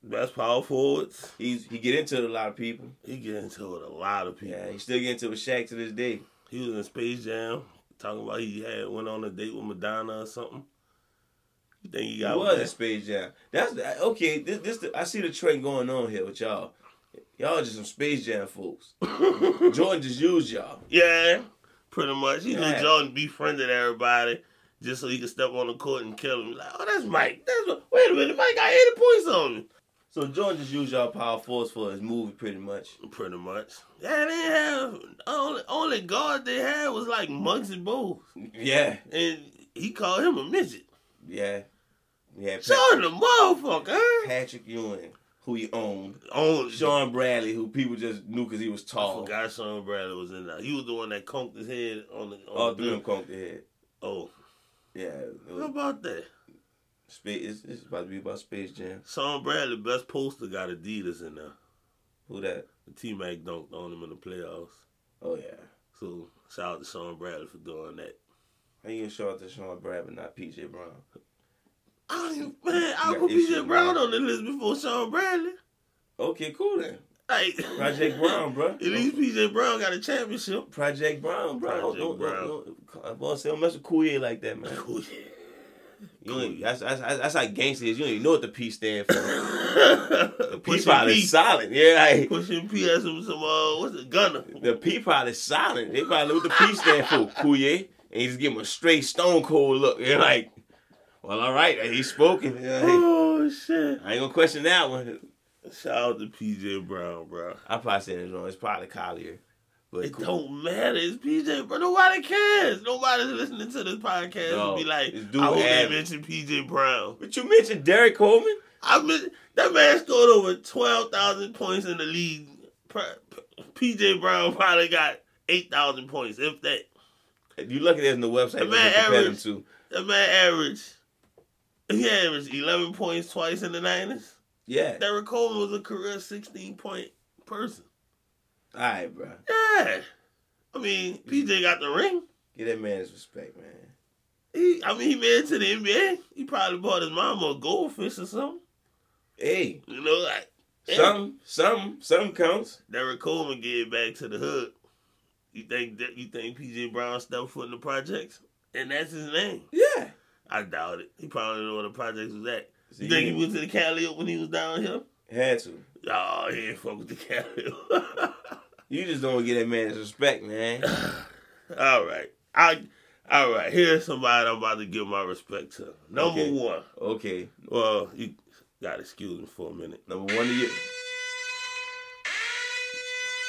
Best power forwards. He's he get into it with a lot of people. He get into it with a lot of people. Yeah, he still get into it with Shaq to this day. He was in Space Jam talking about he had went on a date with Madonna or something. You think he He got was with in that? Space Jam. That's the- okay. This this the, I see the trend going on here with y'all. Y'all just some Space Jam folks. Jordan just used y'all. Yeah, pretty much. He Yeah. knew Jordan befriended everybody just so he could step on the court and kill him. Like, oh, that's Mike. That's Mi- wait a minute, Mike got eighty points on him. So Jordan just used y'all power force for his movie, pretty much. Pretty much. Yeah, they have only only guard they had was like Muggsy Bowles, Yeah, and he called him a midget. yeah, yeah. Jordan, a motherfucker. huh? Patrick Ewing, who he owned. Oh, Sean. Sean Bradley, who people just knew because he was I tall. forgot Sean Bradley was in there. He was the one that conked his head on the. On All the three of them conked their head. Oh, Oh, Yeah, it how was about that? space. It's, it's about to be about Space Jam. Sean Bradley, best poster, got Adidas in there. Who that? The T Mac dunked on him in the playoffs. Oh yeah. So shout out to Sean Bradley for doing that. How you gonna show out to Sean Brad but not PJ Brown? I don't even, man, I Yeah, put issue, PJ Brown man. on the list before Sean Bradley. Okay, cool then. Like Project Brown, bro. At least PJ Brown got a championship. Project Brown, bro. Project don't, Brown. Don't, don't, don't, boss, don't mess with Kool-Aid like that, man. Oh, yeah. You ain't, that's, that's, that's, that's how gangster is. You don't even know what the P stand for. The P Pushing probably P. solid. Yeah, like, Pushing P as some, some uh, what's it, Gunner. the P probably solid. They probably know what the P stand for, Kool-Aid. And you just give him a straight stone cold look. You're like, well, all right, he's spoken. Yeah, hey, Oh, shit. I ain't gonna question that one. Shout out to PJ Brown, bro. I probably said it wrong. It's probably Collier. But It don't matter. It's PJ, bro. Nobody cares. Nobody's listening to this podcast No, and be like, it's dude I hope they average. mention PJ Brown. But you mentioned Derek Coleman. I mean, that man scored over 12,000 points in the league. Pr- PJ Brown probably got 8,000 points, if that. You lucky there's no website The you man can compare them average. to. That man averaged. He averaged 11 points twice in the Niners. Yeah. Derrick Coleman was a career 16 point person. All right, bro. Yeah. I mean, PJ got the ring. Give that man his respect, man. He, I mean, he made it to the NBA. He probably bought his mama a goldfish or something. Hey, You know, like some, some, some counts. Derrick Coleman gave back to the hood. You think that you think PJ Brown stepped foot in the projects, and that's his name? Yeah. I doubt it. He probably know where the projects was at. So You you think he went to the Cali when he was down here? had to. Oh, he ain't fuck with the Cali. You just don't get that man his respect, man. all right, I. All right, here's somebody I'm about to give my respect to. Number Okay. one. Okay, Well, you gotta excuse me for a minute. number one to you.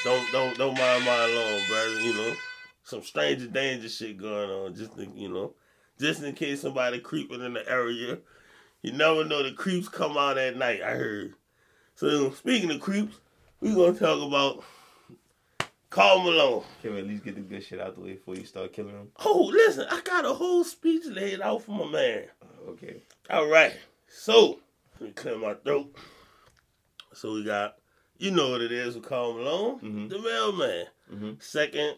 Don't don't don't mind my alarm, brother. You know, some stranger danger shit going on. Just to, you know, just in case somebody creeping in the area. You never know the creeps come out at night. I heard. So speaking of creeps, we gonna talk about Carl Malone. Can we at least get the good shit out the way before you start killing him? Oh, listen, I got a whole speech laid out for my man. Okay. All right, so let me clear my throat. So we got, you know what it is with Carl Malone, Mhm. the mailman. Mm-hmm. second,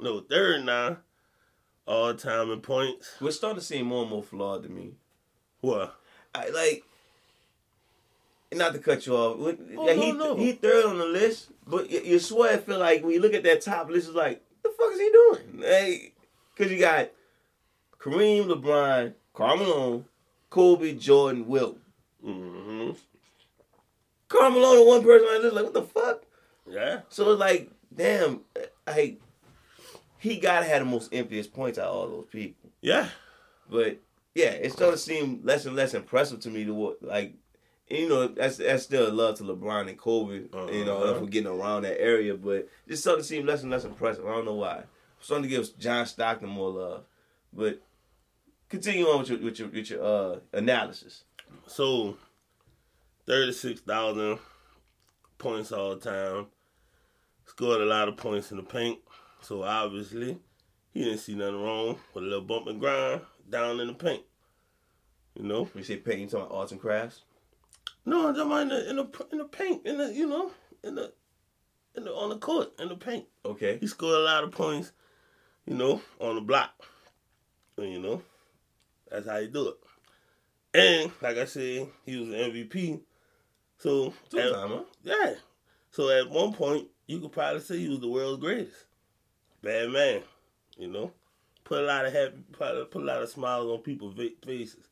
no, third now, all time in points. We're starting to seem more and more flawed to me. What? I like, and not to cut you off. What- Oh, yeah, he, no, no. he third on the list, but y- you swear it feel like when you look at that top list, it's like, the fuck is he doing? Like, cause you got Kareem, LeBron, Karl Malone, Kobe, Jordan, Wilt. hmm Karl Malone, the one person on the list, like, what the fuck? Yeah. So it's like, damn, like, he gotta have the most emptiest points out of all those people. Yeah. But yeah, it's starting to seem less and less impressive to me to what like you know, that's that's still a love to LeBron and Kobe you know, Uh-huh. for getting around that area, but it's starting to seem less and less impressive. I don't know why. I'm starting to give John Stockton more love. But continue on with your with your with your uh analysis. So, thirty six thousand points all time. Scored a lot of points in the paint, so obviously he didn't see nothing wrong with a little bump and grind down in the paint. You know. When you say painting, you talking about arts and crafts? No, I'm talking about in the in the, in the paint in the you know in the in the on the court in the paint. Okay. he scored a lot of points, you know, on the block. And, you know, that's how he do it. And like I said, he was the MVP. So at- Two-time, huh? yeah. So at one point, you could probably say he was the world's greatest. Bad man, you know. Put a lot of happy, probably put a lot of smiles on people's va- faces.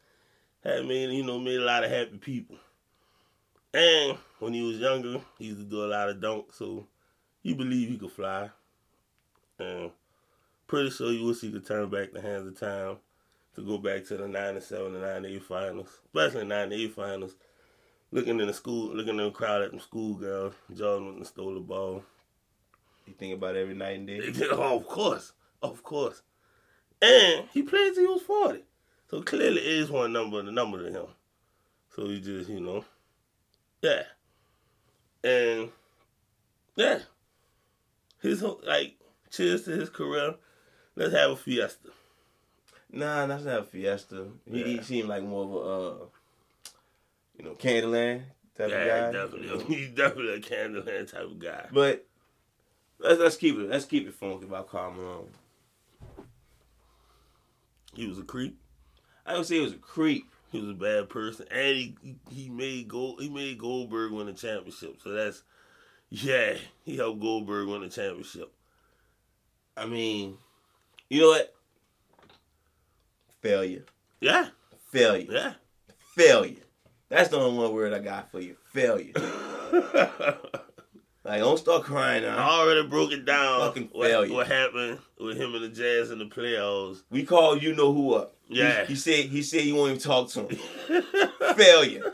Had made, you know, made a lot of happy people. And when he was younger, he used to do a lot of donks, so he believed he could fly. And pretty sure you wish he could turn back the hands of time to go back to the 97 and 98 finals, especially 98 finals looking in the school, looking in the crowd at them schoolgirls. Jordan went and stole the ball. You think about it every night and day. oh, of course, of course. And he played till he was forty, so clearly it is one number the number to him. So he just, you know, yeah, and yeah, his whole like cheers to his career. Let's have a fiesta. Nah, that's not a Fiesta. He, he Yeah. seemed like more of a, uh, you know, Candyland type yeah, of guy. definitely. He's definitely a Candyland type of guy. But let's let's keep it let's keep it funky about Karl Malone. He was a creep. I would say he was a creep. He was a bad person, and he he made gold. He made Goldberg win a championship. So that's yeah. He helped Goldberg win a championship. I mean, you know what? Failure, Yeah, failure, yeah. failure. That's the only one word I got for you. Failure. I Like, don't start crying now. already broke it down. Fucking what, failure. what happened with him and the Jazz in the playoffs? We call you know who up. Yeah. He, he said he said you won't even talk to him. failure.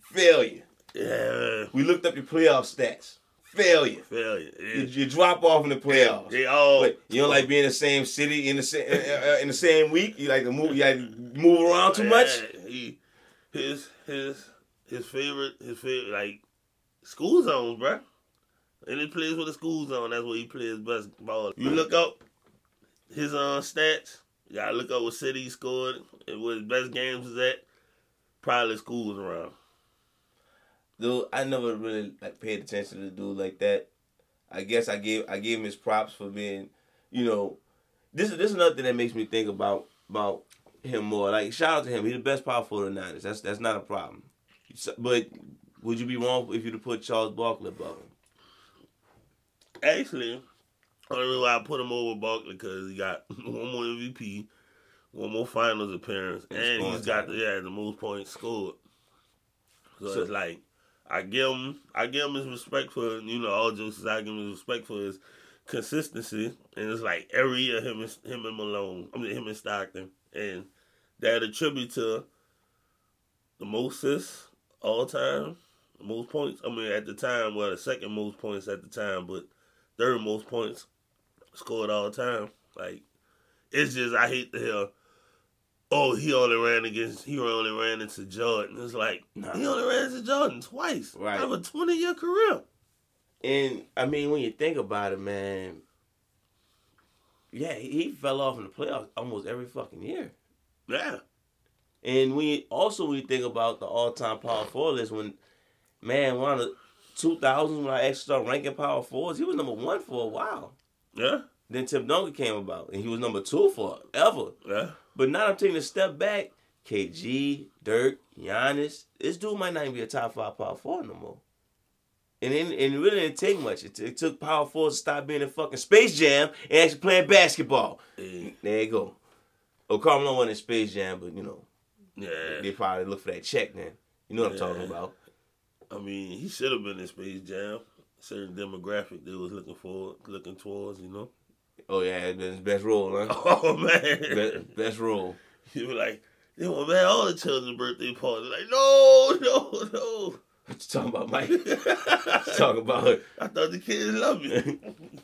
Failure. yeah, We looked up your playoff stats. Failure. failure. You, Yeah. Oh. you drop off in the playoffs. They all But you don't like being in the same city in the same in the same week. You like to move. You like to move around too much. Yeah, He his his his favorite his favorite like school zones, bruh. And he plays with the school zone. That's where he plays best ball. You look up his uh, stats. You gotta look up what city he scored and what his best games was at. Probably schools around. Dude, I never really like paid attention to the dude like that. I guess I gave I gave him his props for being, you know, this is this is another thing that makes me think about about him more. Like shout out to him. He's the best power forward in the Niners. That's that's not a problem. So- but would you be wrong if you'd have put Charles Barkley above him? Actually, only reason why I put him over Barkley because he got one more MVP, one more Finals appearance, And and scoring he's got the, title. yeah the most points scored. So, So- it's like I give him I give him his respect for you know all jokes. aside, I give him his respect for his consistency, and it's like every year him and him and Malone, I mean him and Stockton, and that attribute to the most assists all time, the most points. I mean, at the time, well, the second most points at the time, but third most points scored all time. Like, it's just I hate to hear, oh, he only ran against, he only ran into Jordan. It's like Nah. he only ran into Jordan twice Right. out of a twenty year career. And I mean, when you think about it, man, yeah, he- he fell off in the playoffs almost every fucking year. Yeah, And we also when you think about the all-time power forward list, when man, one of the two thousands when I actually started ranking power forwards, he was number one for a while. yeah, Then Tim Duncan came about, and he was number two for ever. yeah. But now I'm taking a step back. KG, Dirk, Giannis, this dude might not even be a top five power forward no more. And it, and it really didn't take much. It, it took power forwards to stop being in fucking Space Jam and actually playing basketball. And, There you go. Oh, Carmelo wasn't in Space Jam, but you know yeah, they probably look for that check then. You know what I'm talking Yeah. about. I mean, he should have been in Space Jam. Certain demographic they was looking for, looking towards, you know. Oh yeah, it's been his best role, huh? Oh man, Best, best role. he was like, they want man all the children's birthday party. Like, no, no, no. What you talking about, Mike? What you I talking about? thought the kids loved me.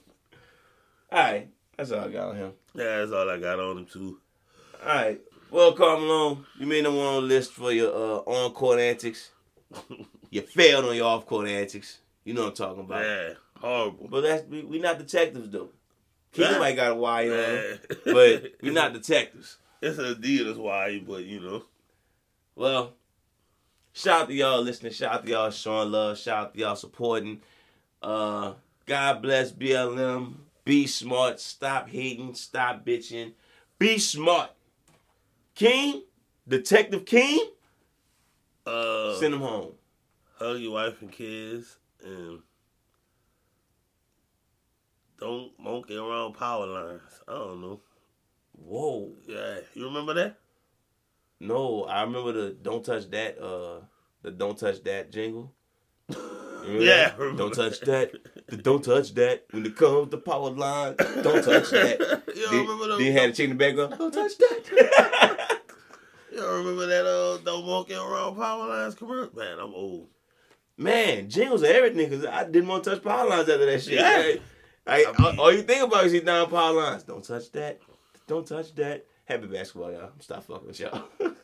All right, that's all I got on him. Yeah, that's all I got on him too. All right. Well, Carl Malone, you may not want on the list for your uh, on-court antics. you failed on your off-court antics. You know what I'm talking about. Yeah, horrible. But that's we, we not detectives though. Keith Yeah. might got a wire on him, Man. but we not detectives. It's a deal, that's why. But you know, Well, shout out to y'all listening. Shout out to y'all showing love. Shout out to y'all supporting. Uh, God bless BLM. Be smart. Stop hating. Stop bitching. Be smart. King, Detective King, Uh, Send them home. hug your wife and kids, and don't monkey around power lines. I don't know. Whoa. Yeah, you remember that? No, I remember the "Don't touch that." Uh, the "Don't touch that" jingle. You remember Yeah, that? I remember Don't touch that. that. The don't touch that. When it comes to power line, don't touch that. you don't Then- remember that? Then had a chicken back up. Don't touch that. you don't remember that? Uh, don't monkey around power lines commercial. Man, I'm old. Man, jingles are everything because I didn't want to touch power lines after that shit. Yeah. Like, like, I mean- all, all you think about is you down power lines. Don't touch that. Don't touch that. Happy basketball, y'all. Stop fucking with y'all.